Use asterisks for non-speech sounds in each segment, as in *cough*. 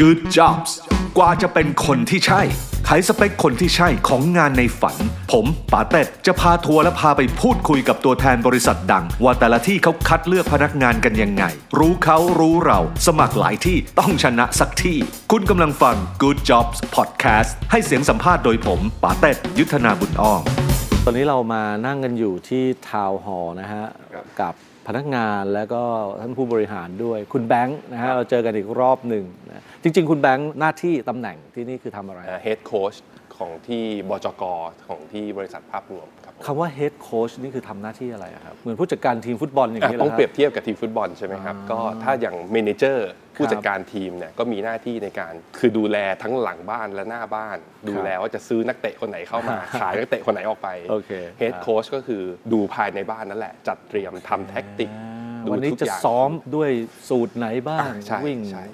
Good Jobs กว่าจะเป็นคนที่ใช่ ไขสเปคคนที่ใช่ของงานในฝัน ผมป๋าเต็ดจะพาทัวร์และพาไปพูดคุยกับตัวแทนบริษัทดัง ว่าแต่ละที่เขาคัดเลือกพนักงานกันยังไง รู้เขารู้เรา สมัครหลายที่ต้องชนะสักที่ คุณกำลังฟัง Good Jobs Podcast ให้เสียงสัมภาษณ์โดยผมป๋าเต็ดยุทธนาบุญอ้อม ตอนนี้เรามานั่งกันอยู่ที่ทาวน์ฮอลล์นะฮะ กับพนักงานแล้วก็ท่านผู้บริหารด้วยคุณแบงค์นะฮะ เราเจอกันอีกรอบหนึ่งนะจริง ๆ คุณแบงค์หน้าที่ตำแหน่งที่นี่คือทำอะไร เฮดโค้ชของที่บจกของที่บริษัทภาพรวมครับผม คำว่า head coach นี่คือทำหน้าที่อะไรอะครับ เหมือนผู้จัดการทีมฟุตบอลอย่าง อ่ะ นี้ ต้อง ห เปรีย ค บเทียบกับทีมฟุตบอลใช่ไหมครับ ก็ถ้าอย่างเมเนเจอร์ผู้จัดการทีมเนี่ยก็มีหน้าที่ในการคือดูแลทั้งหลังบ้านและหน้าบ้าน ดูแลว่าจะซื้อนักเตะคนไหนเข้ามา ขายนักเตะคนไหนออกไป โอเค เฮดโค้ชก็คือดูภายในบ้านนั่นแหละ จัดเตรียมทำแท็กติก อ่า ดู วันนี้ ทุก จะ อย่าง ซ้อมด้วยสูตรไหนบ้าง อ่าใช่ วิ่ง ใช่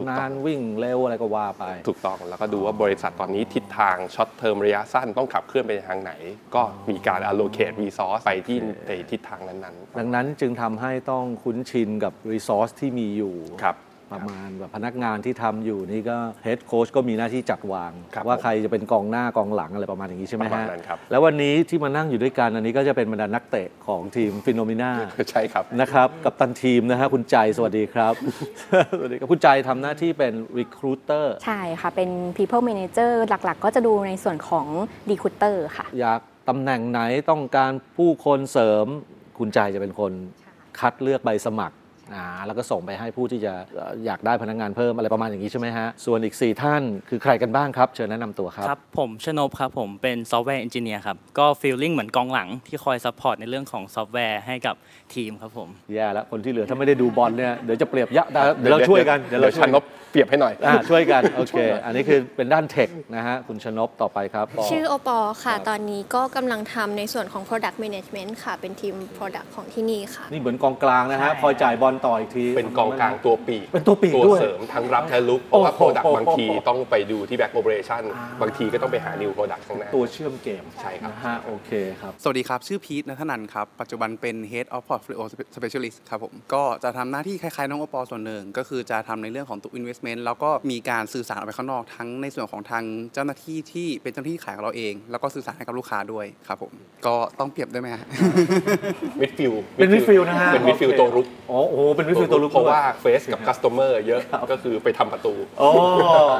ถูกต้อง นานวิ่งเร็วอะไรก็ว่าไป ถูกต้องแล้วก็ดูว่าบริษัทตอนนี้ทิศทางช็อตเทอมระยะสั้นต้องขับเคลื่อนไปทางไหน ก็มีการ allocate resource ไปที่ในทิศทางนั้นๆ ดังนั้นจึงทำให้ต้องคุ้นชินกับรีซอสที่มีอยู่ ครับ ประมาณแบบพนักงานที่ทำอยู่นี่ก็เฮดโค้ชก็มีหน้าที่จัดวาง ครับ ว่าใครจะเป็นกองหน้ากองหลังอะไรประมาณอย่างนี้ใช่ไหม ประมา ฮะ ณนั้นครับ แล้ววันนี้ที่มานั่งอยู่ด้วยกันอันนี้ก็จะเป็นบรรดานักเตะของทีมฟิโนมิน่า ใช่ครับ นะครับกับตันทีมนะฮะคุณใจสวัสดีครับ *laughs* สวัสดีครับคุณใจทำหน้าที่เป็น recruiter ใช่ค่ะ เป็น people manager หลักๆ ก็จะดูในส่วนของ recruiter ค่ะ อยากตำแหน่งไหนต้องการผู้คนเสริม คุณใจจะเป็นคนคัดเลือกใบสมัครอ่าแล้วก็ส่งไปให้ผู้ที่จะเอ่ออยากได้พนักงานเพิ่มอะไรประมาณอย่างนี้ใช่ไหมฮะส่วนอีก 4 ท่านคือใครกันบ้างครับ เชิญแนะนำตัวครับ ครับผมชนบครับผมเป็นซอฟต์แวร์เอนจิเนียร์ครับ ก็ฟีลลิ่งเหมือนกองหลังที่คอยซัพพอร์ตในเรื่องของซอฟต์แวร์ให้กับทีมครับผม แย่แล้วคนที่เหลือถ้าไม่ได้ดูบอลเนี่ยเดี๋ยวจะเปรียบยะได้เดี๋ยวเราช่วยกัน เดี๋ยวเราชันนบเปรียบให้หน่อย อ่าช่วยกัน โอเค อันนี้คือเป็นด้านเทคนะฮะคุณชนบต่อไปครับป ชื่อโอปอล์ค่ะ ตอนนี้ก็กำลังทำในส่วนของ Product Management ค่ะ เป็นทีม Product ของที่นี่ค่ะ นี่เหมือนกองกลางนะฮะคอยจ่ายบอลต่ออีกที เป็นกองกลางตัวปีก เป็นตัวปีก ตัว ด้วย เสริมทั้งรับทั้งลุกเพราะว่า โอ้ โป โห รดักต์บางที โอ้โห ต้องไปดูที่แบ็กโอเปอเรชั่นบางทีก็ต้องไปหานิวโปรดักต์ข้างหน้า ตัวเชื่อมเกม ใช่ครับ นะฮะโอเคครับ สวัสดีครับ ชื่อพีทนัทนันท์ครับ ปัจจุบันเป็น Head of Portfolio Specialist ครับผม ก็จะทำหน้าที่คล้ายๆ น้องโอปอส่วนหนึ่ง ก็คือจะทำในเรื่องของตัว Investment แล้วก็มีการสื่อสารออกไปข้างนอกทั้งในส่วนของทางเจ้าหน้าที่ที่เป็นเจ้าหน้าที่ขายของเราเอง แล้วก็สื่อสารให้กับลูกค้าด้วยครับผม ก็ต้องเปรียบด้วยไหมฮะ มิดฟิลด์ เป็น midfield นะฮะ เป็นมิดฟิลด์ โอเค ตัวรุก อ๋อโอ้โหเป็นวิฟิลตัวลุก เพราะ ด้วย ว่าเฟสกับคัสเตอร์เมอร์เยอะก็คือไปทำประตู โอ้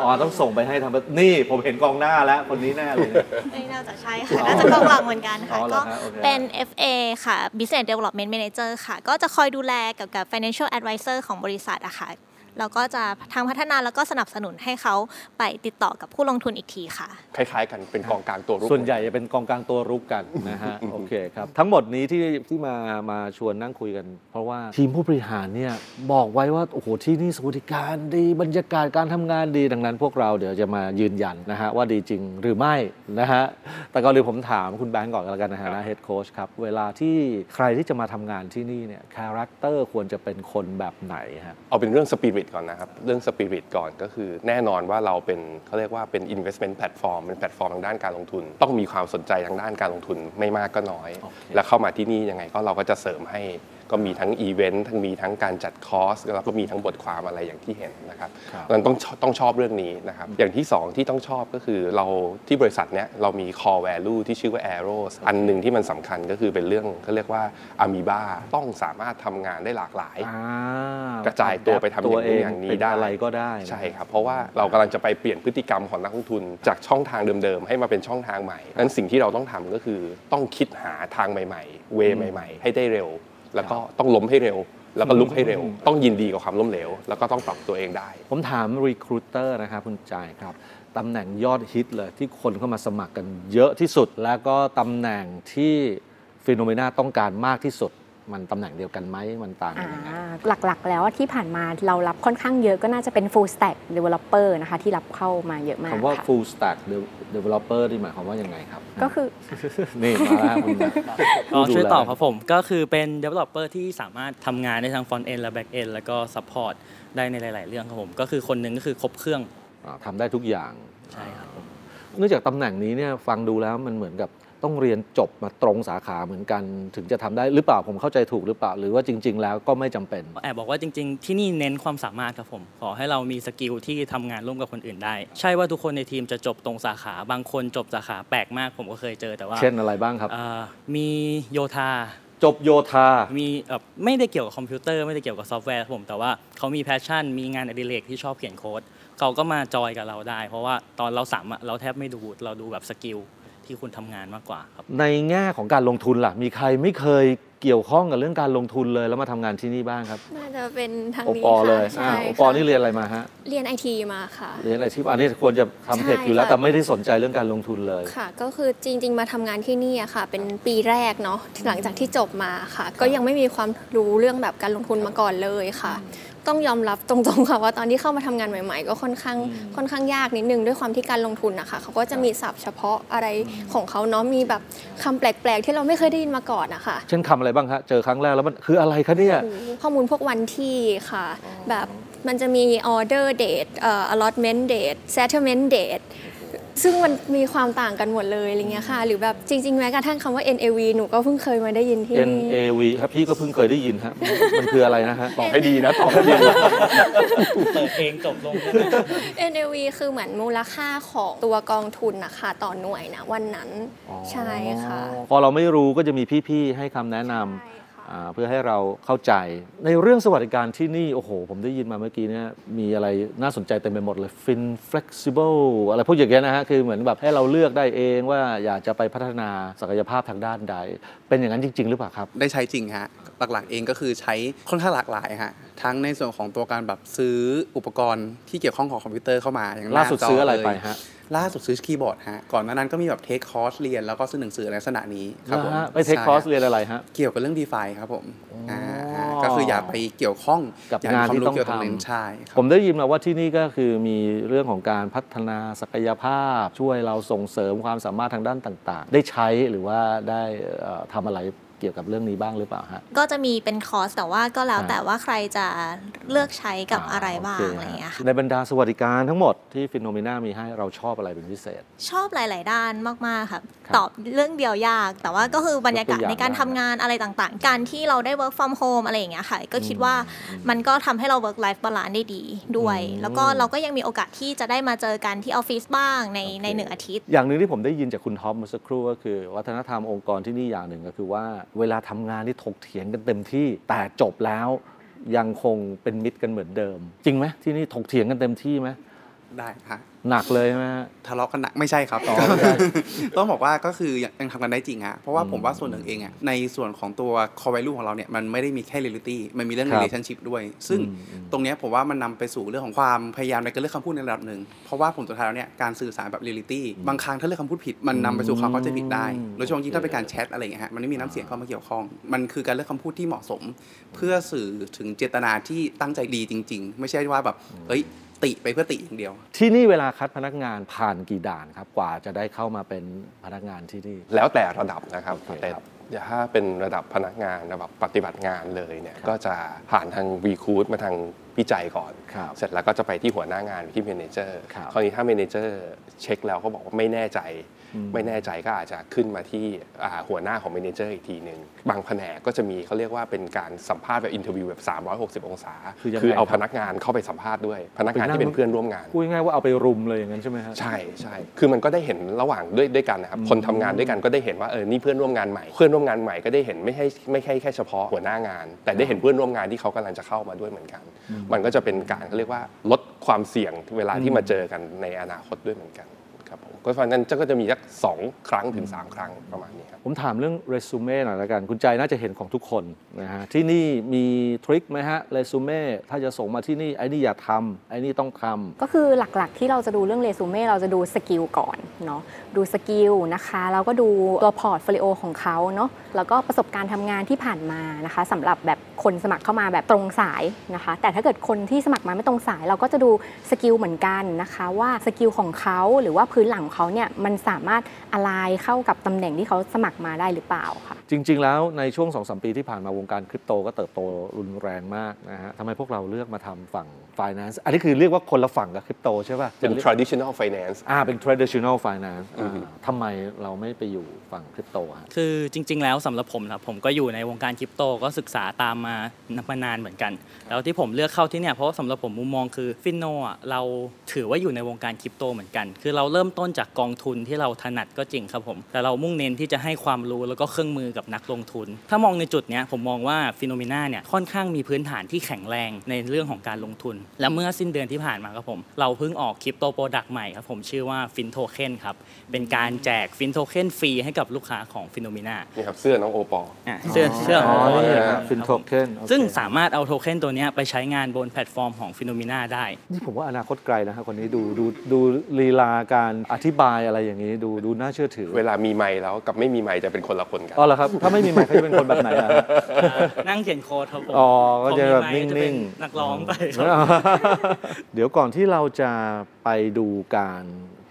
อ๋อต้องส่งไปให้ทำประนี่ผมเห็นกองหน้าแล้ว คนนี้แน่เลยเนี่ย ไม่น่าจะใช่ค่ะ น่าจะกองหลังเหมือนกัน อ๋ ค่ะ อเหร ก็ อฮะโอเค เป็น FA ค่ะ Business Development Manager ค่ะ ก็จะคอยดูแลเกี่ยวกับ Financial Advisor ของบริษัทอะค่ะ เราก็จะทางพัฒนาแล้วก็สนับสนุนให้เขาไปติดต่อกับผู้ลงทุนอีกทีค่ะ คล้ายๆ กันเป็นกองกลางตัวรุก ส่วนใหญ่จะเป็นกองกลางตัวรุก *laughs* กันนะฮะ โอเคครับ ทั้งหมดนี้ที่ที่มามาชวนนั่งคุยกัน เพราะว่าทีมผู้บริหารเนี่ยบอกไว้ว่า โอ้โห ที่นี่สวัสดิการดีบรรยากาศการทำงานดี ดังนั้นพวกเราเดี๋ยวจะมายืนยันนะฮะ ว่าดีจริงหรือไม่นะฮะ แต่ก่อนอื่นผมถามคุณแบงก์ก่อนกันแล้วกันนะฮะนะเฮดโค้ชครับ เวลาที่ใครที่จะมาทำงานที่นี่เนี่ยคาแรคเตอร์ควรจะเป็นคนแบบไหนฮะ เอาเป็นเรื่องสปิริตก่อนนะครับ เรื่องสปิริตก่อนก็คือแน่นอนว่าเราเป็นเขาเรียกว่าเป็น investment platform เป็นแพลตฟอร์มทางด้านการลงทุน ต้องมีความสนใจทางด้านการลงทุนไม่มากก็น้อย โอเค แล้วเข้ามาที่นี่ยังไงก็เราก็จะเสริมให้ก็มีทั้งอีเวนต์ทั้งมีทั้งการจัดคอร์สแล้วก็มีทั้งบทความอะไรอย่างที่เห็นนะครับมันต้องชอบต้องชอบเรื่องนี้นะครับอย่างที่สองที่ต้องชอบก็คือเราที่บริษัทเนี้ยเรามี core value ที่ชื่อว่า arrows อันหนึ่งที่มันสำคัญก็คือเป็นเรื่องเขาเรียกว่า amoeba ต้องสามารถทำงานได้หลากหลาย อ่าก ระจายตัวไปทำอย่างนี้ ตัว อย่างนี้ เป็น ได้ อะไรก็ได้นะ ใช่ครับ เพราะว่าเรากำลังจะไปเปลี่ยนพฤติกรรมของนักลงทุน จากช่องทางเดิมๆ ให้มาเป็นช่องทางใหม่นั้นสิ่งที่เราต้องทำก็คือต้องคิดหาทางใหม่ๆ เวใหม่ๆ ให้ได้เร็ว แล้วก็ต้องล้มให้เร็ว แล้วก็ลุกให้เร็ว ต้องยินดีกับความล้มเหลว แล้วก็ต้องปรับตัวเองได้ ผมถาม Recruiter นะครับคุณจ่ายครับ ตำแหน่งยอดฮิตเลยที่คนเข้ามาสมัครกันเยอะที่สุด แล้วก็ตำแหน่งที่ฟิโนเมนาต้องการมากที่สุด มันตำแหน่งเดียวกันไหมมันต่างกันยังไง อ่าหลักๆ แล้วที่ผ่านมาเรารับค่อนข้างเยอะก็น่าจะเป็น full stack developer นะคะ ที่รับเข้ามาเยอะมาก คำว่า ค่ะ full stack developer นี่หมายความว่ายังไงครับ ก็คือ นี่มาแล้วคุณนะ ก็ช่วยตอบ ดูแล ครับผม ก็คือเป็น Developer ที่สามารถทำงานในทั้ง Front End และ Back End แล้วก็ Support ได้ในหลาย ๆ เรื่องครับผม ก็คือคนหนึ่งก็คือครบเครื่อง อ่าทำได้ทุกอย่าง ใช่ครับ เนื่องจากตำแหน่งนี้เนี่ยฟังดูแล้วมันเหมือนกับ ต้องเรียนจบมาตรงสาขาเหมือนกัน ถึงจะทำได้หรือเปล่าผมเข้าใจถูกหรือเปล่า หรือว่าจริง ๆ แล้วก็ไม่จำเป็น แอบบอกว่าจริง ๆ ที่นี่เน้นความสามารถครับผม ขอให้เรามีสกิลที่ทำงานร่วมกับคนอื่นได้ ใช่ว่าทุกคนในทีมจะจบตรงสาขา บางคนจบสาขาแปลกมากผมก็เคยเจอแต่ว่า เช่นอะไรบ้างครับ เอ่อมีโยธา จบโยธา มีแบบไม่ได้เกี่ยวกับคอมพิวเตอร์ไม่ได้เกี่ยวกับซอฟต์แวร์ครับผมแต่ว่าเขามีแพชชั่น มีงานอดิเรกที่ชอบเขียนโค้ดเขาก็มาจอยกับเราได้ เพราะว่าตอนเราสามอะเราแทบไม่ดูเราดูแบบสกิลที่คุณทำงานมากกว่าครับ ในแง่ของการลงทุนล่ะ มีใครไม่เคยเกี่ยวข้องกับเรื่องการลงทุนเลยแล้วมาทำงานที่นี่บ้างครับ น่าจะเป็นทาง โอ นี้ ปอเล ค่ะ ย ใช่ อ่า ค่ะ โอปอนี่เรียนอะไรมาฮะ เรียนไอทีมาค่ะ เรียนอะไรที่อันนี้ควรจะทำเทคอยู่แล้ว ใช่ค่ะ แต่ไม่ได้สนใจเรื่องการลงทุนเลย ค่ะ ก็คือจริง ๆ มาทำงานที่นี่อะค่ะ เป็นปีแรกเนาะหลังจากที่จบมาค่ะ ก็ยังไม่มีความรู้เรื่องแบบการลงทุนมาก่อนเลยค่ะ ต้องยอมรับตรงๆค่ะว่าตอนที่เข้ามาทำงานใหม่ ๆ ก็ค่อนข้างค่อนข้างยากนิดนึงด้วยความที่การลงทุนนะคะเขาก็จะมีศัพท์เฉพาะอะไรของเขาเนาะมีแบบคำแปลกๆ ที่เราไม่เคยได้ยินมาก่อนนะคะ เช่นคำอะไรบ้างฮะเจอครั้งแรกแล้วมันคืออะไรคะเนี่ย ข้อมูลพวกวันที่ค่ะ แบบมันจะมี order date เอ่อ allotment date settlement date ซึ่งมันมีความต่างกันหมดเลยอะไรเงี้ยค่ะ หรือแบบจริง ๆ แม้กระทั่งคำว่า NAV หนูก็เพิ่งเคยมาได้ยินที่นี่ NAV ครับพี่ก็เพิ่งเคยได้ยินฮะมันคืออะไรนะฮะ ตอบให้ดีนะตอบให้ดี เปิดเองจบลง NAV คือเหมือนมูลค่าของตัวกองทุนนะคะต่อหน่วยนะวันนั้นใช่ค่ะ พอเราไม่รู้ก็จะมีพี่ ๆ ให้คำแนะนำอ่าเพื่อให้เราเข้าใจ ในเรื่องสวัสดิการที่นี่ โอ้โห ผมได้ยินมาเมื่อกี้เนี่ยมีอะไรน่าสนใจเต็มไปหมดเลย fin flexible อะไรพวกอย่างเงี้ยนะฮะ คือเหมือนแบบให้เราเลือกได้เองว่าอยากจะไปพัฒนาศักยภาพทางด้านใด เป็นอย่างนั้นจริง ๆ หรือเปล่าครับ ได้ใช้จริงฮะ หลักๆเองก็คือใช้ค่อนข้างหลากหลายฮะ ทั้งในส่วนของตัวการแบบซื้ออุปกรณ์ที่เกี่ยวข้องของคอมพิวเตอร์เข้ามาอย่างหน้ ล่าสุด จ ซื้ออะไร เลย ไปฮะ ล่าสุดซื้อคีย์บอร์ดฮะ ก่อนหน้านั้นก็มีแบบเทคคอร์สเรียนแล้วก็ซื้อหนังสือในลักษณะนี้ครับผม นะฮะไปเทคคอร์สเรียนอะไรฮะ เกี่ยวกับเรื่อง d e f าครับผมอ่าฮะก็คืออย่าไปเกี่ยวข้อง กับ ย่มี งาน ควม ที่ รู้ ต้อง เกี่ยวกับเน้น ทำ ใช่ครับ ผมได้ยินมาว่าที่นี่ก็คือมีเรื่องของการพัฒนาศักยภาพ ช่วยเราส่งเสริมความสามารถทางด้านต่าง ๆ ได้ใช้หรือว่าได้เอ่อทำอะไรเกี่ยวกับเรื่องนี้บ้างหรือเปล่าฮะ ก็จะมีเป็นคอร์สแต่ว่าก็แล้ว อ่า แต่ว่าใครจะเลือกใช้กับอะไรบ้าง โค อะไรอย่างเงี้ยค่ะ ในบรรดาสวัสดิการทั้งหมดที่ฟิโนเมนามีให้เราชอบอะไรเป็นพิเศษ ชอบหลาย ๆ ด้านมาก ๆ ค่ะ ครับ ตอบเรื่องเดียวยาก แต่ว่าก็คือบรรยากาศ ยกตัวอย่าง ในการทำงานอะไรต่าง ๆ การที่เราได้ work from home อะไรอย่างเงี้ยค่ะ ก็คิดว่ามันก็ทำให้เรา work life balance ได้ดีด้วย อืม แล้วก็เราก็ยังมีโอกาสที่จะได้มาเจอกันที่ออฟฟิศบ้างในในหนึ่งอาทิตย์ อย่างหนึ่งที่ผมได้ยินจากคุณท็อปเมื่อสักครู่ก็คือ วัฒนธรรมองค์กรที่นี่อย่างหนึ่งก็คือว่า เวลาทำงานที่ถกเถียงกันเต็มที่แต่จบแล้ว ยังคงเป็นมิตรกันเหมือนเดิม จริงไหมที่นี่ถกเถียงกันเต็มที่ไหม ได้ฮะ หนักเลยใช่ไหมฮะ ทะเลาะกันหนักไม่ใช่ครับ *laughs* ต้องบอกว่าก็คือยังยังทำกันได้จริงฮะเพราะว่าผมว่าส่วนหนึ่งเองอะในส่วนของตัว core value ของเราเนี่ยมันไม่ได้มีแค่ reality มันมีเรื่อง ครับ relationship ด้วย ซึ่งตรงเนี้ยผมว่ามันนำไปสู่เรื่องของความพยายามในการเลือกคำพูดในระดับหนึ่ง เพราะว่าผมสุดท้ายแล้วเนี่ยการสื่อสารแบบ reality บางครั้งถ้าเลือกคำพูดผิดมันนำไปสู่ความเข้าใจผิดได้ อืม โดยเฉพาะยิ่งถ้าเป็นการแชทอะไรอย่างเงี้ยฮะมันไม่มีน้ำเสียงเข้ามาเกี่ยวข้อง มันคือการเลือกคำพูดที่เหมาะสม เพื่อสื่อถึงเจตนาที่ตั้งใจดีจริง ๆ ไม่ใช่ว่าแบบเอ้ยติไปเพื่อติอย่างเดียว ที่นี่เวลาคัดพนักงานผ่านกี่ด่านครับ กว่าจะได้เข้ามาเป็นพนักงานที่นี่ แล้วแต่ระดับนะครับ โอเคครับ แต่ถ้าเป็นระดับพนักงานระดับปฏิบัติงานเลยเนี่ยก็จะผ่านทางรีคูดมาทางวิจัยก่อน ครับ เสร็จแล้วก็จะไปที่หัวหน้างานที่เมนเจอร์ ครับ คราวนี้ถ้าเมนเจอร์เช็คแล้วก็บอกว่าไม่แน่ใจ อืม ไม่แน่ใจก็อาจจะขึ้นมาที่อ่าหัวหน้าของเมนเจอร์อีกทีหนึ่งบางแผนกก็จะมีเขาเรียกว่าเป็นการสัมภาษณ์แบบอินเทอร์วิวแบบ 360 องศา คือยังไง อเอา ครับ พนักงานเข้าไปสัมภาษณ์ด้วย พนักงานที่เป็นเพื่อนร่วมงาน พูดง่ายๆว่าเอาไปรุมเลยอย่างนั้นใช่ไหมฮะ ใช่ใช่ คือมันก็ได้เห็นระหว่างด้วยด้วยกันนะครับ อืม คนทำงานด้วยกันก็ได้เห็นว่าเออ นี่เพื่อนร่วมงานใหม่ เพื่อนร่วมงานใหม่ก็ได้เห็นไม่ใช่ไม่ใช่แค่เฉพาะหัวหน้างาน แต่ได้เห็นเพื่อนร่วมงานที่เขากำลังจะเข้ามาด้วยเหมือนกัน มันก็จะเป็นการเขาเรียกว่าลดความเสี่ยงเวลาที่ อืม มาเจอกันในอนาคตด้วยเหมือนกันครับผมก็เพราะฉะนั้นก็จะมีสักสองครั้งถึงสามครั้งประมาณนี้ครับ ผมถามเรื่องเรซูเม่หน่อยละกัน คุณใจน่าจะเห็นของทุกคนนะฮะที่นี่มีทริคไหมฮะเรซูเม่ถ้าจะส่งมาที่นี่ไอ้นี่อย่าทำไอ้นี่ต้องทำ ก็คือหลักๆที่เราจะดูเรื่องเรซูเม่เราจะดูสกิลก่อนเนาะดูสกิลนะคะแล้วก็ดูตัวพอร์ตโฟลิโอของเขาเนาะแล้วก็ประสบการณ์ทำงานที่ผ่านมานะคะสำหรับแบบคนสมัครเข้ามาแบบตรงสายนะคะ แต่ถ้าเกิดคนที่สมัครมาไม่ตรงสาย เราก็จะดูสกิลเหมือนกันนะคะ ว่าสกิลของเขาหรือว่า พื้นหลังของเขาเนี่ยมันสามารถอะไรเข้ากับตำแหน่งที่เขาสมัครมาได้หรือเปล่าค่ะ จริง ๆ แล้วในช่วง2อสปีที่ผ่านมาวงการคริปโตก็เติบโตรุนแรงมากนะฮะทำไมพวกเราเลือกมาทำฝั่ง finance อันนี้คือเรียกว่าคนละฝั่งกับคริปโตใช่ป่ะ เป็น traditional finance อ่าเป็น traditional finance อื อ่าม ทำไมเราไม่ไปอยู่ฝั่งคริปโตฮะ คือจริง ๆ แล้วสำหรับผมนะครับผมก็อยู่ในวงการคริปโตก็ศึกษาตามมามานานเหมือนกัน แล้วที่ผมเลือกเข้าที่เนี่ยเพราะว่าสำหรับผมมุมมองคือฟินโนอ่ะเราถือว่าอยู่ในวงการคริปโตเหมือนกัน คือเราเริ่มต้นจากกองทุนที่เราถนัดก็จริงครับผม แต่เรามุ่งเน้นที่จะให้ความรู้แล้วก็เครื่องมือกับนักลงทุน ถ้ามองในจุดเนี้ยผมมองว่าฟิโนเมนาเนี่ยค่อนข้างมีพื้นฐานที่แข็งแรงในเรื่องของการลงทุน และเมื่อสิ้นเดือนที่ผ่านมาครับผมเราเพิ่งออกคริปโตโปรดักต์ใหม่ครับผมชื่อว่าฟินโทเค็นครับเป็นการแจกฟินโทเค็นฟรีให้กับลูกค้าของฟิโนเมนา นี่ครับเสื้อน้องโอปอ อ่ะเสื้อเสื้อข อ๋ อ อง นี่ เหรอ ครับ Fin Token โอเค ซึ่งสามารถเอาโทเค็นตัวเนี้ยไปใช้งานบนแพลตฟอร์มของฟิโนมิน่า *laughs* ได้ นี่ผมว่าอนาคตไกลนะฮะคนนี้ดูดูดูลีลาการอธิบายอะไรอย่างนี้ดูดูน่าเชื่อถือ เวลามีไมค์แล้วกับไม่มีไมค์จะเป็นคนละคนกัน อ๋อเหรอครับ ถ้าไม่มีไมค์เขาจะเป็นคนแบบไหนอะ นั่งเขียนโค้ดครับผม อ๋อก็จะแบบ พอมี นิ่ ไมค์จะเป็ งๆ นักร้องไปค อ๋ รับ อเดี๋ยวก่อนที่เราจะไปดูการ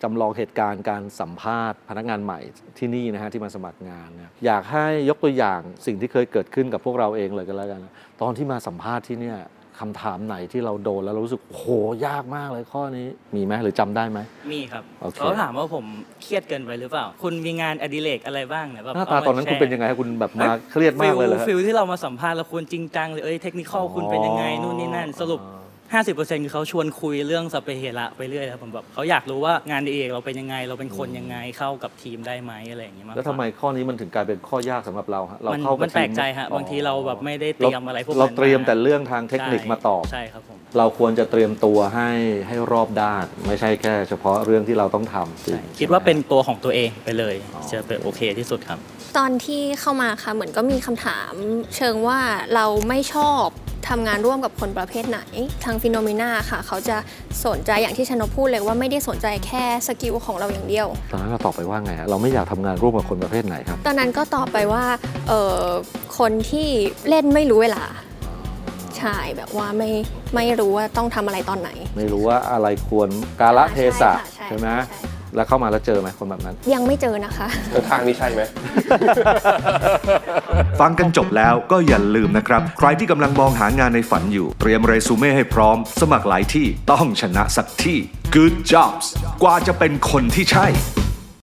จำลองเหตุการณ์การสัมภาษณ์พนักงานใหม่ที่นี่นะฮะที่มาสมัครงานเนี่ยอยากให้ยกตัวอย่างสิ่งที่เคยเกิดขึ้นกับพวกเราเองเลยกันแล้วกันนะตอนที่มาสัมภาษณ์ที่เนี่ยคำถามไหนที่เราโดนแล้วเรารู้สึกโอ้โหยากมากเลยข้อนี้มีไหมหรือจำได้ไหม มีครับ โอเค เขาถามว่าผมเครียดเกินไปหรือเปล่า คุณมีงานอดิเรกอะไรบ้างเนี่ยแบบ หน้าตาตอนนั้นคุณเป็นยังไงฮะคุณแบบมาเครียด ฟิ มาก ล เลยเหรอฮะ ฟิลที่เรามาสัมภาษณ์แล้วคุณจริงจังเลยเอ้ยเทคนิคอลคุณเป็นยังไงนู่นนี่นั่นสรุป 50%คือเขาชวนคุยเรื่องสเปเฮระไปเรื่อยครับผมแบบเขาอยากรู้ว่างานอดีเอกเราเป็นยังไง เราเป็นคนยังไงเข้ากับทีมได้ไหมอะไรอย่างเงี้ยมากกา แล้วทำไมข้อนี้มันถึงกลายเป็นข้อยากสำหรับเราฮะเรา น เข้ากับ มันแปลกใจฮะ ทีม บางทีเราแบบไม่ได้เตรียมอะไรพวกนั้น เราเตรียมแต่ มา เรื่องทางเทคนิคมาตอบ ใช่ครับผม เราควรจะเตรียมตัวให้ให้รอบด้าน ไม่ใช่แค่เฉพาะเรื่องที่เราต้องทำสิ คิดว่าเป็นตัวของตัวเองไปเลยจะเป็นโอเคที่สุดครับ ตอนที่เข้ามาค่ะเหมือนก็มีคำถาม เชิงว่าเราไม่ชอบทำงานร่วมกับคนประเภทไหน ทางฟิโนเมนาค่ะ เขาจะสนใจอย่างที่ชนกพูดเลยว่าไม่ได้สนใจแค่สกิลของเราอย่างเดียว ตอนนั้นเราตอบไปว่าไงฮะเราไม่อยากทำงานร่วมกับคนประเภทไหนครับ ตอนนั้นก็ตอบไปว่าเออคนที่เล่นไม่รู้เวลา ใช่แบบว่าไม่ไม่รู้ว่าต้องทำอะไรตอนไหน ไม่รู้ว่าอะไรควรกาละเทศะ ใช่ค่ ใช่ไหม ใช่ แล้วเข้ามาแล้วเจอไหมคนแบบนั้น ยังไม่เจอนะคะ ทางนี้ใช่ไหม ฟังกันจบแล้วก็อย่าลืมนะครับ ใครที่กำลังมองหางานในฝันอยู่ เตรียมเรซูเม่ให้พร้อม สมัครหลายที่ต้องชนะสักที่ Good jobs กว่าจะเป็นคนที่ใช่